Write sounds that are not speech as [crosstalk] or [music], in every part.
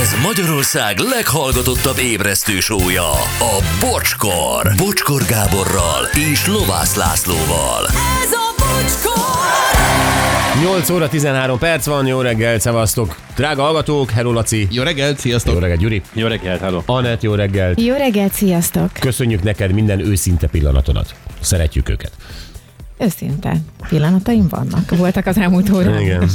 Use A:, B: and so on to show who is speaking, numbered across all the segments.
A: Ez Magyarország leghallgatottabb ébresztő sója, a Bocskor. Bocskor Gáborral és Lovász Lászlóval.
B: Ez a bocskor!
C: 8 óra 13 perc van, jó reggel, szevasztok. Drága hallgatók, hello Laci.
D: Jó reggelt, sziasztok!
C: Jó reggelt, Gyuri.
E: Jó reggelt, hello.
C: Anett, jó reggelt.
F: Jó reggelt, sziasztok!
C: Köszönjük neked minden őszinte pillanatodat. Szeretjük őket.
F: Őszinte pillanataim vannak. Voltak az elmúlt órában.
C: Igen.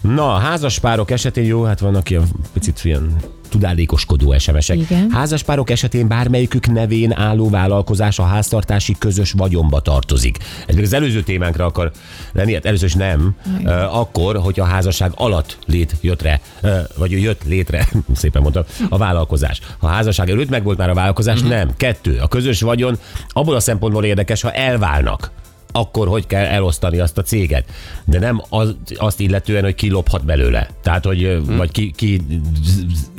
C: Na, házaspárok esetén jó, hát vannak ilyen picit ilyen tudálékoskodó SMS-ek.
F: Igen.
C: Házaspárok esetén bármelyikük nevén álló vállalkozás a háztartási közös vagyonba tartozik. Ez még az előző témánkra akar lenni, hát először is nem. Uh, akkor, hogy a házasság alatt lét jött re, uh, vagy jött létre, [laughs] szépen mondtam, a vállalkozás. Ha a házasság előtt megvolt már a vállalkozás, nem. Kettő. A közös vagyon abból a szempontból érdekes, ha elválnak akkor hogy kell elosztani azt a céget. De nem az, azt illetően, hogy ki lophat belőle. Tehát, hogy
D: Hm.
C: hmm. vagy ki, ki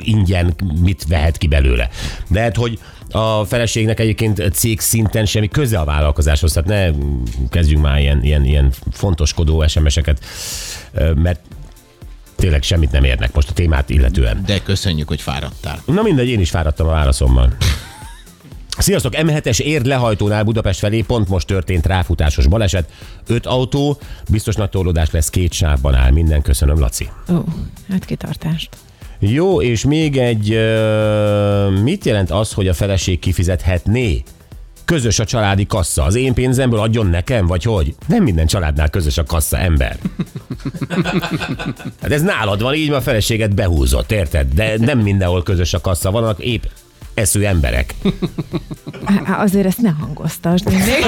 C: ingyen mit vehet ki belőle. Lehet, hogy a feleségnek egyébként cég szinten semmi köze a vállalkozáshoz, tehát ne kezdjünk már ilyen, ilyen, ilyen fontoskodó SMS-eket, ö, mert tényleg semmit nem érnek most a témát illetően.
D: De köszönjük, hogy fáradtál.
C: Na mindegy, én is fáradtam a válaszommal. Sziasztok, M7-es érd lehajtónál Budapest felé pont most történt ráfutásos baleset. Öt autó, biztos nagy torlódás lesz, két sávban áll. Minden köszönöm, Laci.
F: Ó, hát kitartást.
C: Jó, és még egy, ö, mit jelent az, hogy a feleség kifizethetné? Közös a családi kassa. Az én pénzemből adjon nekem, vagy hogy? Nem minden családnál közös a kassa, ember. Hát ez nálad van, így ma a feleséget behúzott, érted? De nem mindenhol közös a kassa, vannak épp esző emberek.
F: Á, á, azért ezt ne hangoztasd mindig.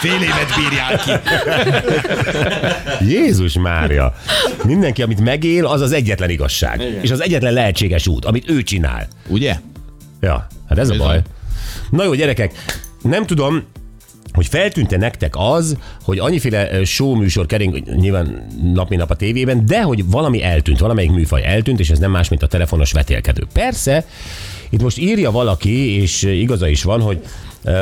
D: Fél évet bírják ki.
C: Jézus Mária! Mindenki, amit megél, az az egyetlen igazság. Igen. És az egyetlen lehetséges út, amit ő csinál.
D: Ugye?
C: Ja, hát ez a
D: Bizony.
C: baj. Na jó, gyerekek, nem tudom, hogy feltűnte nektek az, hogy annyiféle ö, show műsor kering nyilván nap, mint nap a tévében, de hogy valami eltűnt, valamelyik műfaj eltűnt, és ez nem más, mint a telefonos vetélkedő. Persze, itt most írja valaki, és igaza is van, hogy ö,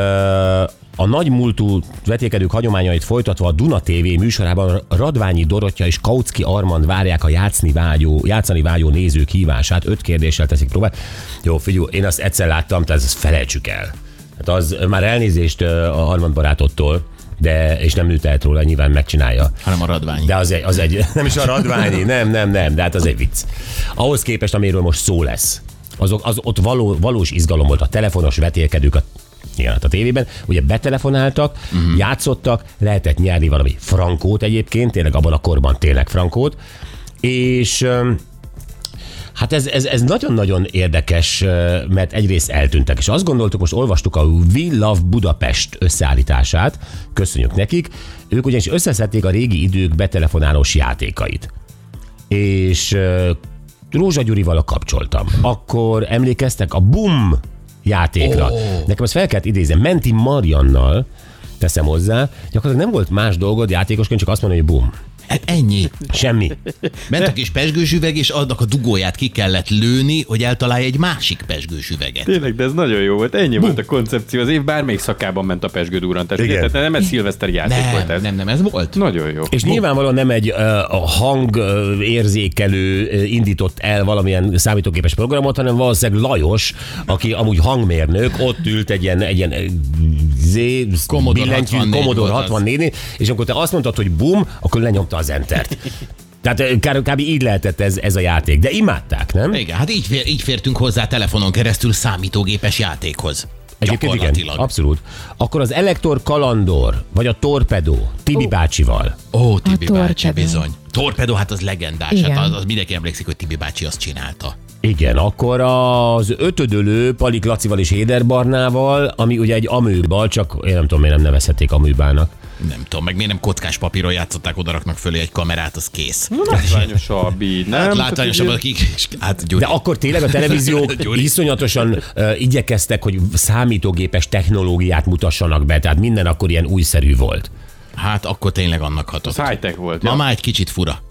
C: a nagymúltú vetélkedők hagyományait folytatva a Duna TV műsorában Radványi Dorottya és Kautsky Armand várják a játszani vágyó, játszani vágyó nézők hívását. Öt kérdéssel teszik próbát. Jó, figyelj, én azt egyszer láttam, tehát ezt felejtsük el. Hát az már elnézést ö, a Armand barátottól, de, és nem ő tehet róla, nyilván megcsinálja.
D: Hanem a radvány.
C: De az egy, az egy, [laughs] nem is a radványi, nem, nem, nem, de hát az egy vicc. Ahhoz képest, amiről most szó lesz, azok, az ott való, valós izgalom volt, a telefonos vetélkedők a igen, hát a tévében, ugye betelefonáltak, uh-huh. játszottak, lehetett nyerni valami frankót egyébként, tényleg abban a korban tényleg frankót, és öm, Hát ez, ez, ez nagyon-nagyon érdekes, ö, mert egyrészt eltűntek, és azt gondoltuk, most olvastuk a We Love Budapest összeállítását, köszönjük nekik, ők ugyanis összeszedték a régi idők betelefonálós játékait. És ö, Rózsa Gyurival kapcsoltam. Akkor emlékeztek a BUM játékra. Oh. Nekem ezt fel kellett idézni. Menti Mariannal teszem hozzá, gyakorlatilag nem volt más dolgod játékosként, csak azt mondani, hogy BUM.
D: Hát ennyi.
C: Semmi.
D: Ment a kis pesgős üveg, és annak a dugóját ki kellett lőni, hogy eltalálja egy másik pesgős üveget.
E: Tényleg, de ez nagyon jó volt. Ennyi volt a koncepció. Az év bármelyik szakában ment a pesgő durrantás.
C: Igen.
E: Igen. Tehát nem ez szilveszteri játék volt
D: Nem,
E: ez.
D: nem, nem, ez volt.
E: Nagyon jó.
C: És nyilvánvalóan nem egy uh, hangérzékelő uh, indított el valamilyen számítógépes programot, hanem valószínűleg Lajos, aki amúgy hangmérnök, ott ült egy ilyen, egy ilyen ö, zé,
D: Commodore
C: billentyű,
D: 64
C: Commodore
D: volt az.
C: 64 és amikor te azt mondtad, hogy bum, akkor lenyomta az entert. Tehát ö, kár, kb. így lehetett ez, ez a játék. De imádták, nem?
D: Igen, hát így, fér, így fértünk hozzá telefonon keresztül számítógépes játékhoz.
C: Egyébként igen,
D: Gyakorlatilag.
C: abszolút. Akkor az Elektor Kalandor, vagy a Torpedó, Tibi bácsival.
D: Ó, Tibi
F: A
D: bácsi,
F: torpedó.
D: bizony. Torpedó, hát az legendás.
F: Igen.
D: Hát az, az mindenki emlékszik, hogy Tibi bácsi azt csinálta.
C: Igen, akkor az ötödölő Palik Lacival és Héder Barnával, ami ugye egy amőba, csak én nem tudom, miért nem nevezhették amőbának.
D: Nem tudom, meg miért nem kockás papíron játszották, oda raknak fölé egy kamerát, az kész. [laughs]
E: Látványosabb így,
D: Hát
E: nem? Tehát
D: látványosabb,
E: így-
D: akik... és- Hát, Gyuri.
C: De akkor tényleg a televíziók
D: Gyuri.
C: iszonyatosan uh, igyekeztek, hogy számítógépes technológiát mutassanak be, tehát minden akkor ilyen újszerű volt.
D: Hát akkor tényleg annak hatott.
E: Az high-tech volt.
D: Ma
E: Ja.
D: már egy kicsit fura.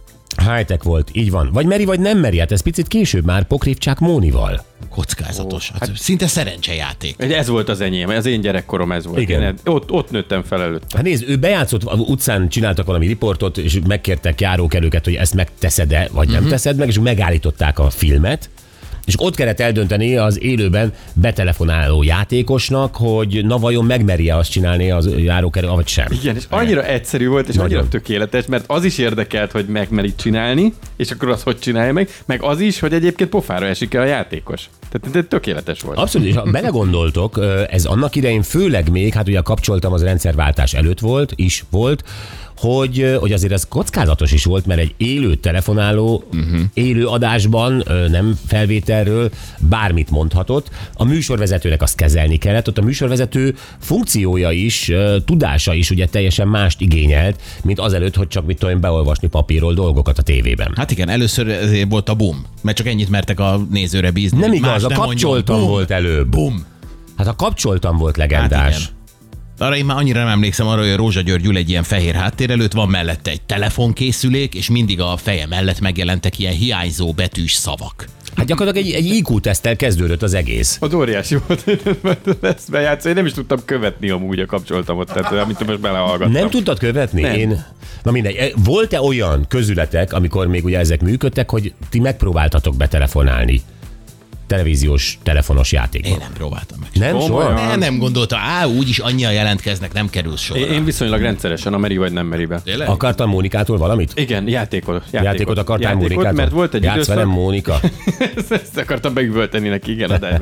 C: Hightech volt, így van. Vagy meri, vagy nem meri, hát ez picit később már pokrivcsák Mónival.
D: Kockázatos. Hát, szinte szerencsejáték.
E: Egy- Ez volt az enyém, az én gyerekkorom ez volt.
C: Igen.
E: Én ott, ott nőttem fel előtte.
C: Hát nézd, ő bejátszott, a utcán csináltak valami riportot, és megkértek járókelőket, hogy ezt megteszed-e, vagy nem teszed meg, és megállították a filmet, és ott kellett eldönteni az élőben betelefonáló játékosnak, hogy na vajon megmerje azt csinálni az járókelő, vagy sem.
E: Igen, és annyira egyszerű volt, és
C: Nagyon.
E: annyira tökéletes, mert az is érdekelt, hogy megmerik csinálni, és akkor az hogy csinálja meg, meg az is, hogy egyébként pofára esik el a játékos. Tehát tehát tökéletes volt.
D: [laughs]
C: Abszolút, és ha belegondoltok, ö, ez annak idején főleg még, hát ugye kapcsoltam, az rendszerváltás előtt volt, is volt, hogy, ö, hogy azért ez kockázatos is volt, mert egy élő telefonáló,
D: Mhm.
C: uh-huh. élő adásban, ö, nem felvételről bármit mondhatott. A műsorvezetőnek azt kezelni kellett, ott a műsorvezető funkciója is, ö, tudása is ugye teljesen mást igényelt, mint azelőtt, hogy csak mit tudom én, beolvasni papírról dolgokat a tévében.
D: Hát igen, először ezért volt a boom, mert csak ennyit mertek a nézőre bízni.
C: Nem
D: hogy
C: igaz,
D: más
C: a
D: ne mondjon.
C: kapcsoltam
D: Boom,
C: volt előbb.
D: Boom.
C: Hát a kapcsoltam volt
D: Hát
C: legendás.
D: igen. Arra én már annyira nem emlékszem arra, hogy a Rózsa György ül egy ilyen fehér háttér előtt, van mellette egy telefonkészülék, és mindig a feje mellett megjelentek ilyen hiányzó betűs szavak.
C: Hát gyakorlatilag egy, egy IQ-teszttel kezdődött az egész.
E: Az óriási volt, hogy ezt bejátszani. Én nem is tudtam követni amúgy a kapcsoltamot, tehát eh, amit most belehallgattam.
C: Nem tudtad követni?
E: Nem.
C: Én... Na mindegy. E, Volt-e olyan közületek, amikor még ugye ezek működtek, hogy ti megpróbáltatok betelefonálni televíziós, telefonos játékban?
D: Én nem próbáltam meg.
C: Nem soha?
E: Komolyan?
D: Nem, nem gondolta, á, úgyis annyian jelentkeznek, nem kerül sorra.
E: Én- Én viszonylag rendszeresen a meri vagy nem meribe.
D: Tényleg?
C: Akartam Mónikától valamit?
E: Igen, játékot. Játékot,
C: Játékot akartál Mónikától?
E: mert volt egy
C: Játsz
E: időszak.
C: velem, Mónika.
E: Ezt, [laughs] ezt akartam megüvölteni neki, igen, de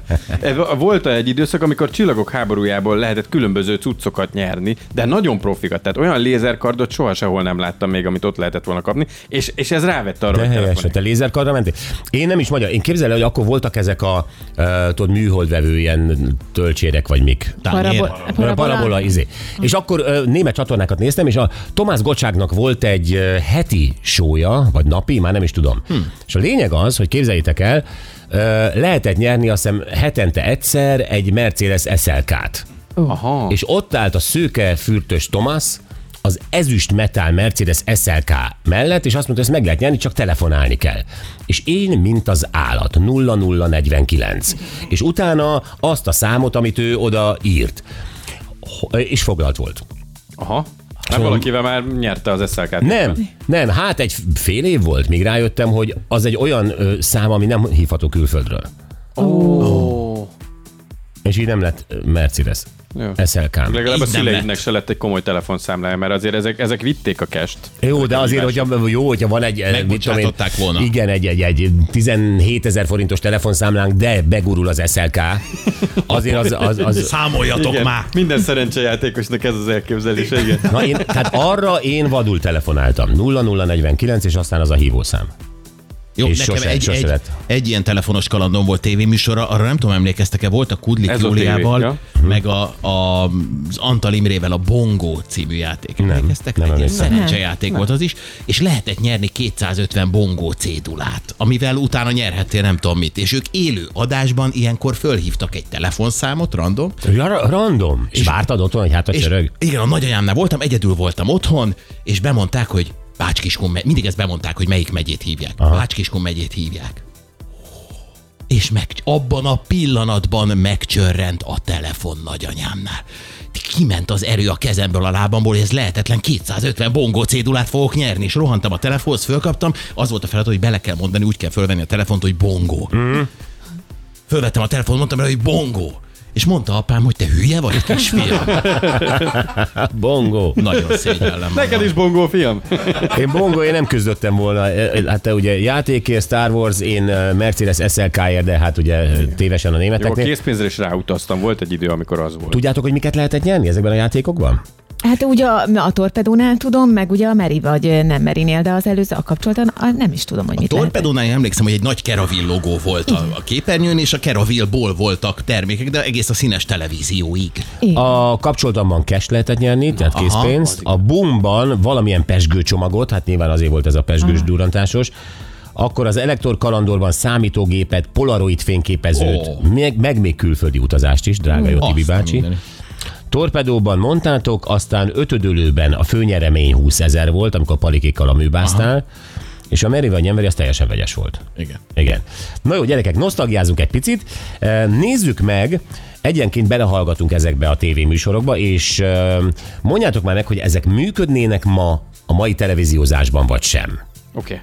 E: Volt egy időszak, amikor csillagok háborújából lehetett különböző cuccokat nyerni, de nagyon profikat, tehát olyan lézerkardot soha sehol nem láttam még, amit ott lehetett volna kapni, és, és ez rávett arra,
C: De
E: hogy
C: helyes,
E: telefonálj.
C: te lézerkarra mentél? Én nem is magyar. Én képzelem, hogy akkor voltak ezek a uh, tudod, műholdvevő ilyen tölcsérek, vagy mik.
D: Tányér.
F: Parabol-
C: Parabola, parabola izé. És akkor ö, német csatornákat néztem, és a Tomás Gocságnak volt egy ö, heti sója, vagy napi, már nem is tudom. Hm. És a lényeg az, hogy képzeljétek el, ö, lehetett nyerni azt hiszem hetente egyszer egy Mercedes SLK-t.
E: Aha.
C: És ott állt a szőke fürtös Tomás, az ezüst metál Mercedes SLK mellett, és azt mondta, ezt meg lehet nyerni, csak telefonálni kell. És én, mint az állat, 0049. És utána azt a számot, amit ő oda írt. Ho- És foglalt volt.
E: Aha. Hát valakivel már nyerte az SLK-t.
C: Nem, nem, hát egy fél év volt, míg rájöttem, hogy az egy olyan ö, szám, ami nem hívható külföldről.
E: Oh.
C: És így nem lett ö, Mercedes.
E: Jó.
C: SLK.
E: Legalább
D: Így
E: a
D: nem
E: szüleidnek
D: lett.
E: se lett egy komoly telefonszámlája, mert azért ezek, ezek vitték a kest.
C: Jó, de azért, hogy jó, hogyha van egy... eh, mit tudom én,
D: Megbocsátották volna.
C: Igen, egy, egy, egy 17 ezer forintos telefonszámlánk, de begurul az SLK. Azért az... az, az
D: Számoljatok
E: Igen,
D: már!
E: minden szerencsejátékosnak ez az elképzelése, igen.
C: Na én, tehát arra én vadul telefonáltam. 0049, és aztán az a hívószám.
D: Jó,
C: És
D: nekem
C: sose-
D: egy,
C: sose
D: egy,
C: lett.
D: egy ilyen telefonos kalandom volt tévéműsora, arra nem tudom, emlékeztek-e, volt a Kudlik
E: Ez a
D: Júliával,
E: tévé,
C: Mhm.
D: meg a, a, az Antal Imrével a Bongó című játék.
C: Nem,
D: emlékeztek?
C: nem
D: egy ilyen
C: emlékszem.
D: szerencsejáték volt az is, és lehetett nyerni 250 Bongó cédulát, amivel utána nyerhettél nem tudom mit. És ők élő adásban ilyenkor fölhívtak egy telefonszámot, random,
C: Ja, ra- random. És vártad otthon, hogy hát a
D: és [laughs]
C: csörög?
D: igen, a nagyanyámnál voltam, egyedül voltam otthon, és bemondták, hogy Bácskiskun megy, mindig ezt bemondták, hogy melyik megyét hívják. Aha. Bácskiskun megyét hívják. És meg, abban a pillanatban megcsörrent a telefon nagyanyámnál. Kiment az erő a kezemből, a lábamból, és ez lehetetlen 250 bongó cédulát fogok nyerni, és rohantam a telefonhoz, fölkaptam, az volt a feladat, hogy bele kell mondani, úgy kell fölvenni a telefont, hogy bongó. Fölvettem a telefont, mondtam rá, hogy bongó. És mondta apám, hogy te hülye vagy, kisfiam.
C: Bongo.
D: Nagyon szégyellem.
E: Neked
D: magam.
E: is bongó, fiam?
C: Én bongo, én nem küzdöttem volna. Eh, Hát te ugye játékért, Star Wars, én eh, Mercedes SLK-ért, de hát ugye eh, tévesen a
E: Jó, a
C: németeknél.
E: készpénzre is ráutaztam, volt egy idő, amikor az volt.
C: Tudjátok, hogy miket lehetett nyerni ezekben a játékokban?
F: Hát ugye a, a torpedónál tudom, meg ugye a Meri vagy nem Merinél, de az előző a kapcsolatban a, nem is tudom, hogy
D: A
F: mit lehet.
D: torpedónál én emlékszem, hogy egy nagy Keravil logó volt
E: Mhm.
D: a, a képernyőn, és a Keravillból voltak termékek, de egész a színes televízióig.
F: Igen.
C: A kapcsolatban cash lehetett nyerni, tehát
D: Aha,
C: készpénzt.
D: az
C: A boomban valamilyen pesgőcsomagot, hát nyilván azért volt ez a pesgős durrantásos. Akkor az Elektor kalandorban számítógépet, polaroid fényképezőt,
D: Ó.
C: meg, meg még külföldi utazást is, drága jó Tibi
D: Azt a
C: bácsi.
D: mindenit.
C: Torpedóban mondtátok, aztán ötödölőben a főnyeremény 20 ezer volt, amikor palikékkal a műbáztál, És a Mary vagy nem Mary, az teljesen vegyes volt.
D: Igen.
C: Igen. Na jó, gyerekek, nosztalgiázunk egy picit. E, Nézzük meg, egyenként belehallgatunk ezekbe a tévéműsorokba, és e, mondjátok már meg, hogy ezek működnének ma a mai televíziózásban, vagy sem.
E: Oké.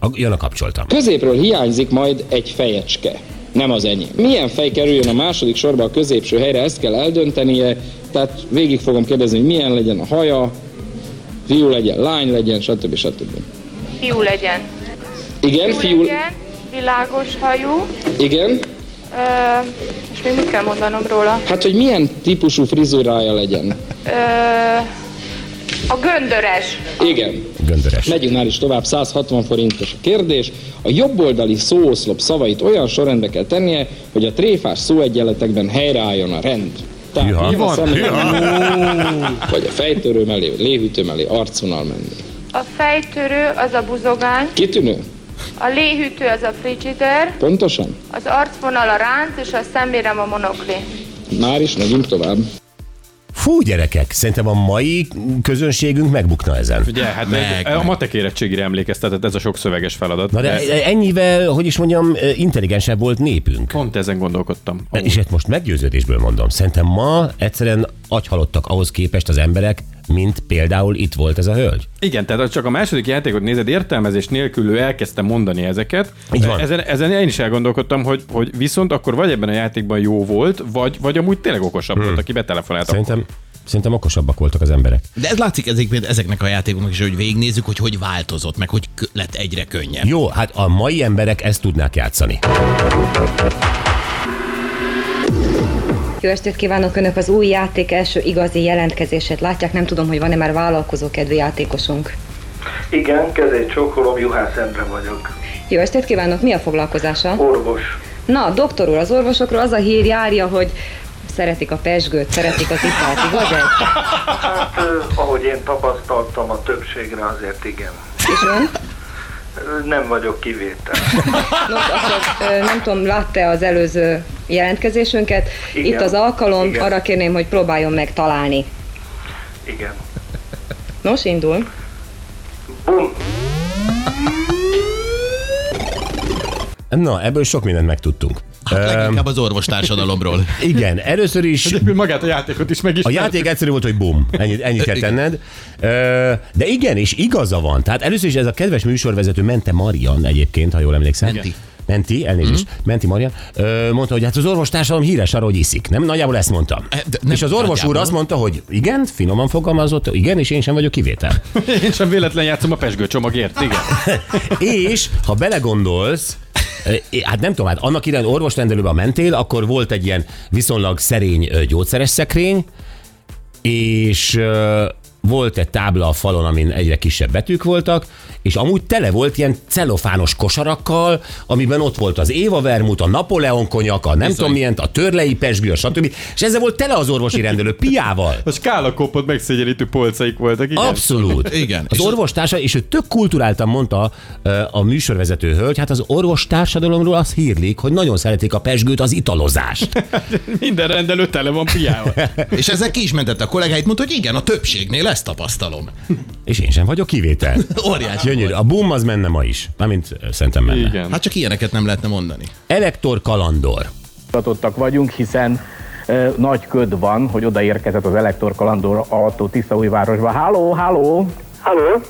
C: A, jön a kapcsoltam.
G: Középről hiányzik majd egy fejecske. Nem az enyém. Milyen fej kerüljön a második sorba a középső helyre, ezt kell eldöntenie. Tehát végig fogom kérdezni, hogy milyen legyen a haja, fiú legyen, lány legyen, stb. stb.
H: Fiú legyen.
G: Igen, fiú,
H: legyen, világos hajú,
G: igen.
H: ö, és még mit kell mondanom róla?
G: Hát, hogy milyen típusú frizurája legyen.
H: Ö, a göndöres.
G: Igen.
C: Göndörös.
G: Megyünk már is tovább, 160 forintos a kérdés. A jobboldali szóoszlop szavait olyan sorrendbe kell tennie, hogy a tréfás szóegyenletekben helyreálljon a rend. Tehát
C: Hűha.
G: mi van,
E: Van.
G: szemben, vagy a fejtörő mellé, vagy léhűtő mellé, arcvonal mellé.
H: A fejtörő az a buzogány,
G: Kitűnő?
H: a léhűtő az a frigider,
G: Pontosan?
H: az arcvonal a ránc, és a szemérem a monokli.
G: Már is megyünk tovább.
C: Fú, gyerekek, szerintem a mai közönségünk megbukna ezen.
E: Ugye, hát
D: Meg,
E: meg,
D: meg.
E: a matek érettségére emlékeztetett ez a sok szöveges feladat.
C: Na de ennyivel, hogy is mondjam, intelligensebb volt népünk.
E: Pont ezen gondolkodtam.
C: Oh. És ezt most meggyőződésből mondom. Szerintem ma egyszerűen agyhalottak ahhoz képest az emberek, mint például itt volt ez a hölgy.
E: Igen, tehát ha csak a második játékot nézed, értelmezés nélkül ő elkezdte mondani ezeket.
C: Így van.
E: Ezen, ezen én is elgondolkodtam, hogy, hogy viszont akkor vagy ebben a játékban jó volt, vagy, vagy amúgy tényleg okosabb hmm. volt, aki betelefonált.
C: Szerintem, szerintem okosabbak voltak az emberek.
D: De ez látszik ezek, ezeknek a játékoknak is, hogy végignézzük, hogy hogy változott, meg hogy kö- lett egyre könnyebb.
C: Jó, hát a mai emberek ezt tudnák játszani.
I: Jó estét kívánok Önök! Az új játék első igazi jelentkezését látják. Nem tudom, hogy van-e már vállalkozó kedvű játékosunk.
J: Igen, kezét csókolom, Juhász Endre vagyok.
I: Jó estét kívánok! Mi a foglalkozása?
J: Orvos.
I: Na, doktor úr, az orvosokról az a hír járja, hogy szeretik a pesgőt, szeretik az italt, igaz ez?
J: Hát, ö, ahogy én tapasztaltam, a többségre azért igen.
I: És ön?
J: Ö, Nem vagyok kivétel.
I: Nos, akkor ö, nem tudom, látta az előző jelentkezésünket.
J: Igen.
I: Itt az alkalom,
J: Igen.
I: arra kérném, hogy próbáljon meg találni.
J: Igen.
I: Nos, indul.
J: Bum!
C: Na, ebből sok mindent megtudtunk.
D: Hát leginkább az orvostársadalomról.
C: Igen, először is
E: Egyébként magát a játékot is meg is.
C: a játék egyszerű volt, hogy bum, ennyit, ennyit kell tenned. Ö, De igen, és igaza van. Tehát először is ez a kedves műsorvezető Mente Marian egyébként, ha jól emlékszem.
D: Menti. Mhm.
C: Menti, elnézést. Mm. Menti Marian. Ö, mondta, hogy hát az orvostársadalom híres arra, hogy iszik. Nem? Nagyjából ezt mondtam.
D: E, de nem
C: és az orvos úr
D: nagyjából.
C: azt mondta, hogy igen, finoman fogalmazott, igen, és én sem vagyok kivétel.
E: Én sem véletlen játszom a pesgő csomagért, igen.
C: És ha belegondolsz, ö, Hát nem tudom, hát annak idején orvosrendelőben mentél, akkor volt egy ilyen viszonylag szerény ö, gyógyszeres szekrény, és ö, volt egy tábla a falon, amin egyre kisebb betűk voltak, és amúgy tele volt ilyen celofános kosarakkal, amiben ott volt az Éva Vermut, a Napoleon konyak, a nem Bizony. tudom milyen, a törlei pesgő, a stb. És ezzel volt tele az orvosi rendelő piával.
E: A skálakopot megszégyenítő polcaik voltak, igen.
C: Abszolút.
D: Igen.
C: Az
D: És-
C: orvostársa, és ő tök kulturáltan mondta ö, a műsorvezető hölgy, hát az orvos társadalomról azt hírlik, hogy nagyon szeretik a pesgőt, az italozást.
E: Minden rendelő tele van piával.
D: És ezzel ki is mentette a kollégáit, mondta, hogy igen, a többségnél ezt tapasztalom.
C: [laughs] És én sem vagyok [laughs] kivétel.
D: Óriási.
C: Gyönyörű. A boom az menne ma is. Mármint ö, szerintem menne. Igen.
E: Igen.
D: Hát csak ilyeneket nem lehetne mondani.
C: Elektor Kalandor.
K: Tartottak vagyunk, hiszen ö, nagy köd van, hogy odaérkezett az Elektor Kalandor autó Tiszaújvárosba. Háló, háló!
J: Halló?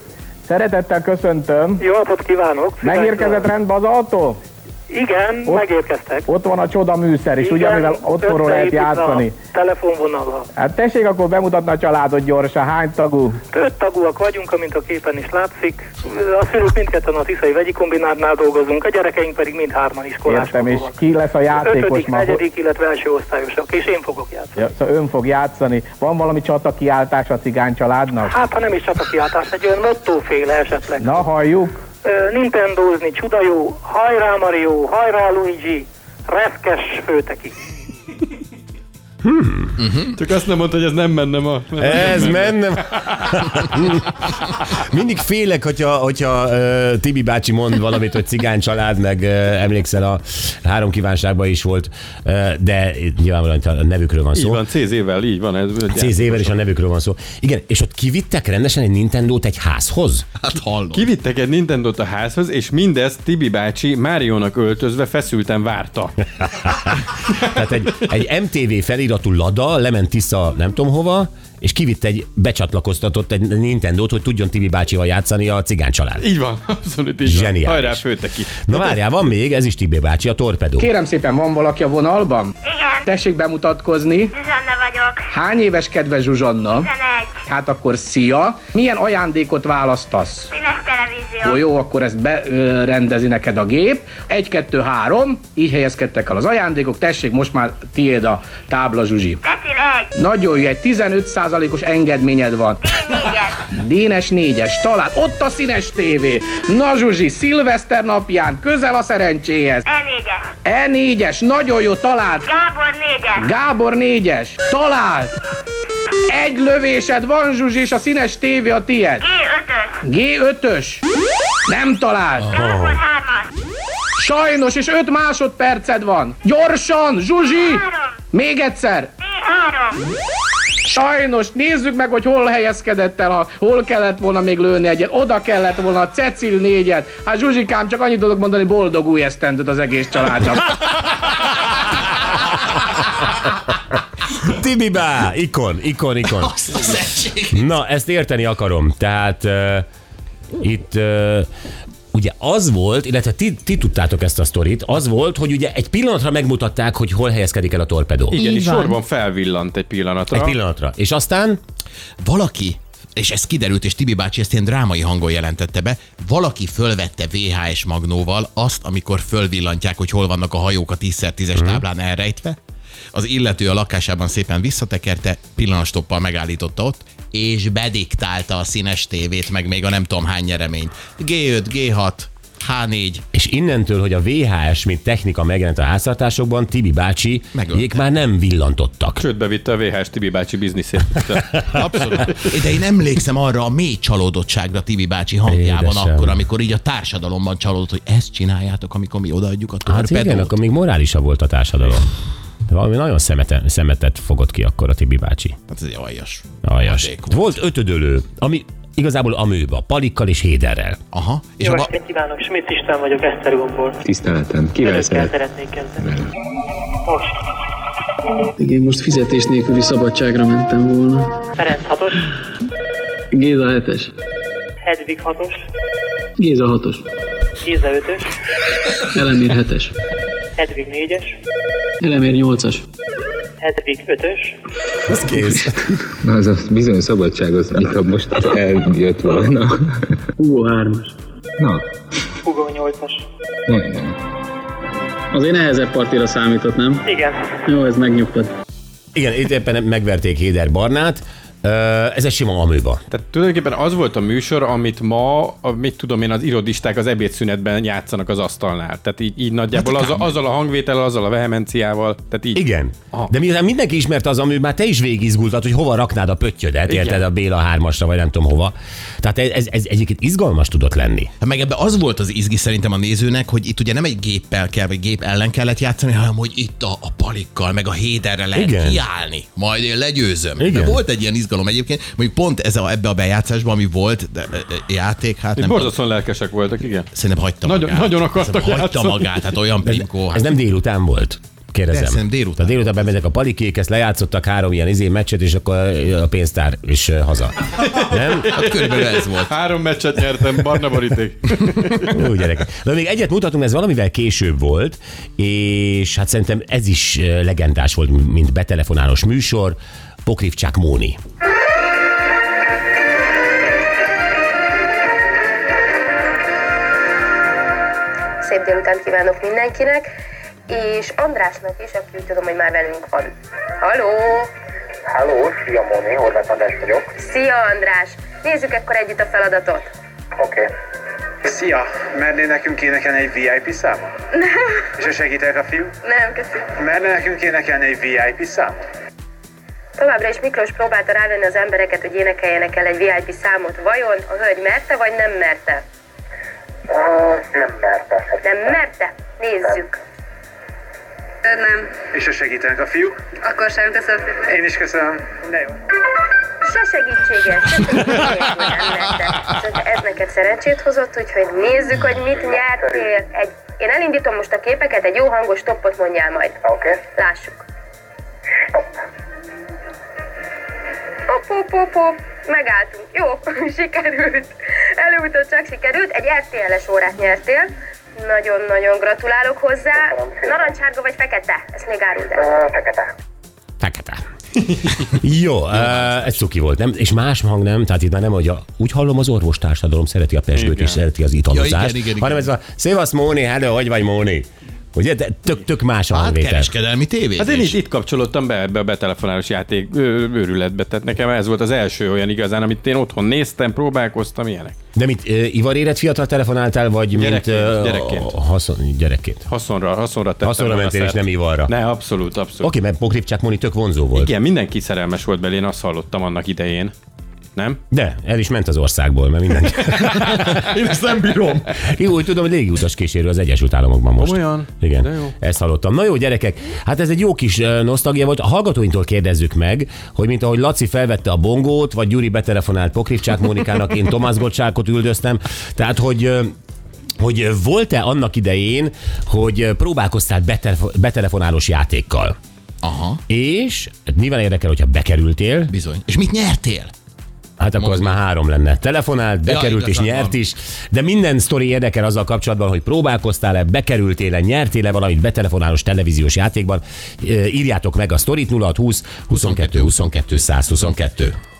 K: Szeretettel köszöntöm!
J: Jó napot kívánok!
K: Megérkezett rendbe az autó?
J: Igen,
K: Ott-
J: megérkeztek.
K: Ott van a csoda műszer is, ugye,
J: Igen,
K: amivel otthonról lehet
J: összeépítve
K: játszani.
J: A telefonvonalval.
K: Hát tessék akkor bemutatni a családot gyorsan, hány tagú?
J: Öt tagúak vagyunk, amint a képen is látszik. A szülők mindketten a Tiszai vegyi kombinátnál dolgozunk, a gyerekeink pedig mind hárman iskolások.
K: Értem, és ki lesz a játékos
J: Ötödik,
K: ma?
J: negyedik, illetve első osztályosok, és én fogok játszani.
K: Ja, szóval ön fog játszani. Van valami csata kiáltás a cigány családnak?
J: Hát, ha nem is csatakiáltás, egy olyan mottóféle esetleg.
K: Na, halljuk!
J: Ö, Nintendozni, csuda jó, hajrá Mario, hajrá Luigi, reszkes főteki.
E: Hmm. Uh-huh. Csak azt nem mondta, hogy ez nem menne ma. Nem
C: Ez menne. [laughs] Mindig félek, hogyha, hogyha uh, Tibi bácsi mond valamit, hogy cigány család, meg uh, emlékszel a három kívánságban is volt, uh, de nyilvánvalóan itt a nevükről van
E: Így
C: szó. Hát
E: van, CZ-vel, így van. Ez,
C: CZ-vel és a nevükről van szó. Igen, és ott kivittek rendesen egy Nintendo-t egy házhoz?
D: Hát hallom.
E: Kivittek egy Nintendo-t a házhoz, és mindezt Tibi bácsi Máriónak öltözve feszülten várta.
C: Tehát egy, egy MTV feliratú Lada lement Tisza nem tudom hova, és kivitt egy becsatlakoztatott egy Nintendo-t, hogy tudjon Tibi bácsival játszani a cigány család.
E: Így van, [laughs] abszolút így
C: Zseniális.
E: van. Hajrá, főtte ki.
C: Na várjál, van még, ez is Tibi bácsi, a torpedó.
G: Kérem szépen, van valaki a vonalban?
L: Igen,
G: Tessék bemutatkozni.
L: Zsuzsanna vagyok.
G: Hány éves kedves Zsuzsanna?
L: Tizenegy.
G: Hát akkor szia. Milyen ajándékot választasz?
L: Színes televízió.
G: Jó, jó, akkor ezt berendezi neked a gép. Egy, kettő, három. Így helyezkedtek el az ajándékok. Tessék, most már tiéd a tábla, Zsuzsi.
L: Cecil egy.
G: Nagyon jó, egy 15%-os engedményed van. Dénes négyes, talán ott a színes tévé. Na Zsuzsi, szilveszter napján, közel a szerencséhez.
L: E4-es.
G: E4-es, nagyon jó, talált.
L: Gábor 4-es.
G: Gábor négyes, talált. Egy lövésed van, Zsuzsi, és a színes tévé a tiéd.
L: G5-ös.
G: G5-ös, nem talált.
L: Gábor 3-as.
G: Sajnos, és 5 másodperced van. Gyorsan, Zsuzsi! Még egyszer.
L: G3.
G: Sajnos, nézzük meg, hogy hol helyezkedett el, ha hol kellett volna még lőni egyet, oda kellett volna a Cecil négyet. Hát Zsuzsikám, csak annyit tudok mondani, boldog új esztendőt az egész családnak.
C: Tibi bá, ikon, ikon, [laughs] ikon.
D: Azt az egység.
C: Na, ezt érteni akarom. Tehát uh, itt uh, ugye az volt, illetve ti, ti tudtátok ezt a sztorit, az volt, hogy ugye egy pillanatra megmutatták, hogy hol helyezkedik el a torpedó.
E: Igen, és sorban felvillant egy pillanatra.
C: Egy pillanatra. És aztán
D: valaki és ez kiderült, és Tibi bácsi ezt ilyen drámai hangon jelentette be, valaki fölvette VHS magnóval azt, amikor fölvillantják, hogy hol vannak a hajók a 10x10-es táblán elrejtve. Az illető a lakásában szépen visszatekerte, pillanatoppal megállította ott, és bediktálta a színes tévét, meg még a nem tudom hány nyereményt. G5, G6, H4,
C: És innentől, hogy a VHS, mint technika megjelent a háztartásokban, Tibi bácsi,
D: Megölte.
C: jég már nem villantottak.
E: Sőt, bevitte a VHS Tibi bácsi bizniszét.
C: [laughs]
D: Abszolút. [laughs] De én emlékszem arra a mély csalódottságra Tibi bácsi hangjában
C: Édesem.
D: akkor, amikor így a társadalomban csalódott, hogy ezt csináljátok, amikor mi odaadjuk a
C: Hát
D: torpedót.
C: igen, akkor még morálisabb volt a társadalom. De valami nagyon szemete, szemetet fogott ki akkor a Tibi bácsi.
D: Hát ez egy aljas.
C: Aljas.
D: Adék
C: Volt. volt ötödölő, ami igazából amőba, palikkal és héderrel.
D: Aha. És
M: Jó
D: abba,
M: estét kívánok, Schmidt István vagyok Esztergomból.
N: Tiszteletem,
M: Önökkel szeretnék kezdeni. Most.
O: Én most fizetés nélküli szabadságra mentem volna.
M: Ferenc 6-os,
O: Géza 7-es.
M: Hedvig 6-os,
O: Géza 6-os.
M: Géza 5-ös,
O: Elemér 7-es.
M: Hedvig 4-es,
O: Elemér 8-as.
M: Hedvig 5-ös,
C: Ez kész.
N: Na, az a bizonyos szabadság az, mintha most eljött volna.
O: Hugo 3-as.
N: Na,
M: Hugo 8-as.
N: majdnem.
O: Azért nehezebb partira számított, nem?
M: Igen.
O: Jó, ez megnyugtat.
C: Igen, itt éppen megverték Héder Barnát, Ö, ez egy sima amőba.
E: Tehát tulajdonképpen az volt a műsor, amit ma, a, mit tudom én, az irodisták az ebédszünetben játszanak az asztalnál. Tehát így, így nagyjából az, azzal a hangvétellel, azzal a vehemenciával. Tehát így.
C: Hát Igen. Aha. De miután mindenki ismerte az, ami már te is végigizgultad, hogy hova raknád a pöttyödet,
E: Igen.
C: érted a Béla 3-asra, vagy nem tudom hova. Tehát ez, ez, ez egyébként izgalmas tudott lenni.
D: Hát meg ebbe az volt az izgi szerintem a nézőnek, hogy itt ugye nem egy géppel kell, vagy gép ellen kellett játszani, hanem hogy itt a, a palikkal, meg a héderre lehet
C: Igen.
D: Igen. kiállni. Majd én legyőzöm.
C: Igen.
D: Igen. Volt egy ilyen izgalom egyébként, mondjuk pont ez a, ebbe a bejátszásban, ami volt, de, de, de játék, hát
E: Itt
D: nem tudom,
E: borzasztóan lelkesek voltak, igen.
D: szerintem hagyta
E: Nagyon-
D: magát.
E: nagyon akartak
D: Szerintem hagyta
E: játszani.
D: magát, hát olyan pinkó.
C: Ez nem délután volt? Kérdezem.
D: De, szerintem délután
C: Tehát délután bementek a palikék, ezt lejátszottak három ilyen izé meccset, és akkor a pénztár is ö, haza. Nem?
D: Hát körülbelül ez volt.
E: Három meccset nyertem, barna boríték.
C: [laughs] Jó, gyerekek. Na még egyet mutatunk, ez valamivel később volt, és hát szerintem ez is ö, legendás volt, mint betelefonálós műsor, Pokrivcsák Móni.
H: Szép délután kívánok mindenkinek, és Andrásnak is, aki úgy tudom, hogy már velünk van. Halló!
P: Halló, szia Moni, Horváth András vagyok.
H: Szia András! Nézzük akkor együtt a feladatot.
P: Oké. Okay. Szia, merné nekünk énekelni egy VIP számot?
H: Nem,
P: És ő segítek a fiú?
H: nem, köszönöm.
P: Merne nekünk énekelni egy VIP számot?
H: Továbbra is Miklós próbálta rávenni az embereket, hogy énekeljenek el egy VIP számot. Vajon a hölgy merte, vagy nem merte?
M: Nem merte.
H: Nem merte? Nézzük.
M: Nem.
P: És se segítenek a fiúk?
H: Akkor sem teszem.
P: Én is köszönöm. De jó.
H: Se segítséges, se segítséges, hogy nem merte. Csak ez neked szerencsét hozott, úgyhogy nézzük, hogy mit nyertél. Egy, én elindítom most a képeket, egy jó hangos toppot mondjál majd. Oké. Okay. Lássuk. Op, op, op, op. Megálltunk. Jó, sikerült. Előutóbb csak sikerült. Egy RTL-es órát nyertél. Nagyon-nagyon gratulálok hozzá. Narancsárga vagy fekete? Ezt még áruld el. Fekete.
C: [laughs] Jó, eh, ez cuki volt, nem? És más hang nem, tehát itt már nem, hogy a, úgy hallom, az orvostársadalom szereti a pesgőt,
D: Igen.
C: és szereti az italozást,
D: Ja, igen, igen, igen.
C: hanem ez a Szevasz Móni, hello, hogy vagy Móni? Ugye, de tök, tök más
D: Hát,
C: a hangvétel.
E: kereskedelmi tévé. Hát én is itt kapcsolódtam be ebbe a betelefonálós játék ö, őrületbe, tehát nekem ez volt az első olyan igazán, amit én otthon néztem, próbálkoztam, ilyenek.
C: De mint ö, ivar érett fiatal telefonáltál, vagy mint...
E: Gyerekként,
C: ö,
E: gyerekként.
C: Haszon, gyerekként.
E: Haszonra, haszonra tettem.
C: Haszonra
E: volna
C: mentél, és
E: szert.
C: nem ivarra.
E: Ne, abszolút, abszolút.
C: Oké, mert Pokripcsák Móni tök vonzó volt.
E: Igen, mindenki szerelmes volt belé, én azt hallottam annak idején. Nem?
C: De, el is ment az országból, mert mindenki. [laughs] Én ezt nem bírom. Jó, úgy tudom, hogy légiutas kísérő az Egyesült Államokban most.
E: Komolyan?
C: Igen,
E: De jó.
C: ezt hallottam. Na jó, gyerekek, hát ez egy jó kis ö, nosztalgia volt. A hallgatóinktól kérdezzük meg, hogy mint ahogy Laci felvette a bongót, vagy Gyuri betelefonált Pokrivcsák Mónikának, én Tomás Gocsákot üldöztem. Tehát, hogy ö, hogy ö, volt-e annak idején, hogy ö, próbálkoztál betelefo- betelefonálós játékkal? Aha. És mivel Hát érdekel, hogyha bekerültél? Bizony. És mit nyertél? Hát akkor az már három lenne. Telefonált,
D: Ja,
C: bekerült és
D: igazad
C: nyert
D: van.
C: is. De minden sztori érdekel azzal kapcsolatban, hogy próbálkoztál-e, bekerültél-e, nyertél-e valamit betelefonálós televíziós játékban. Ö, Írjátok meg a sztorit 0620 22 22 122.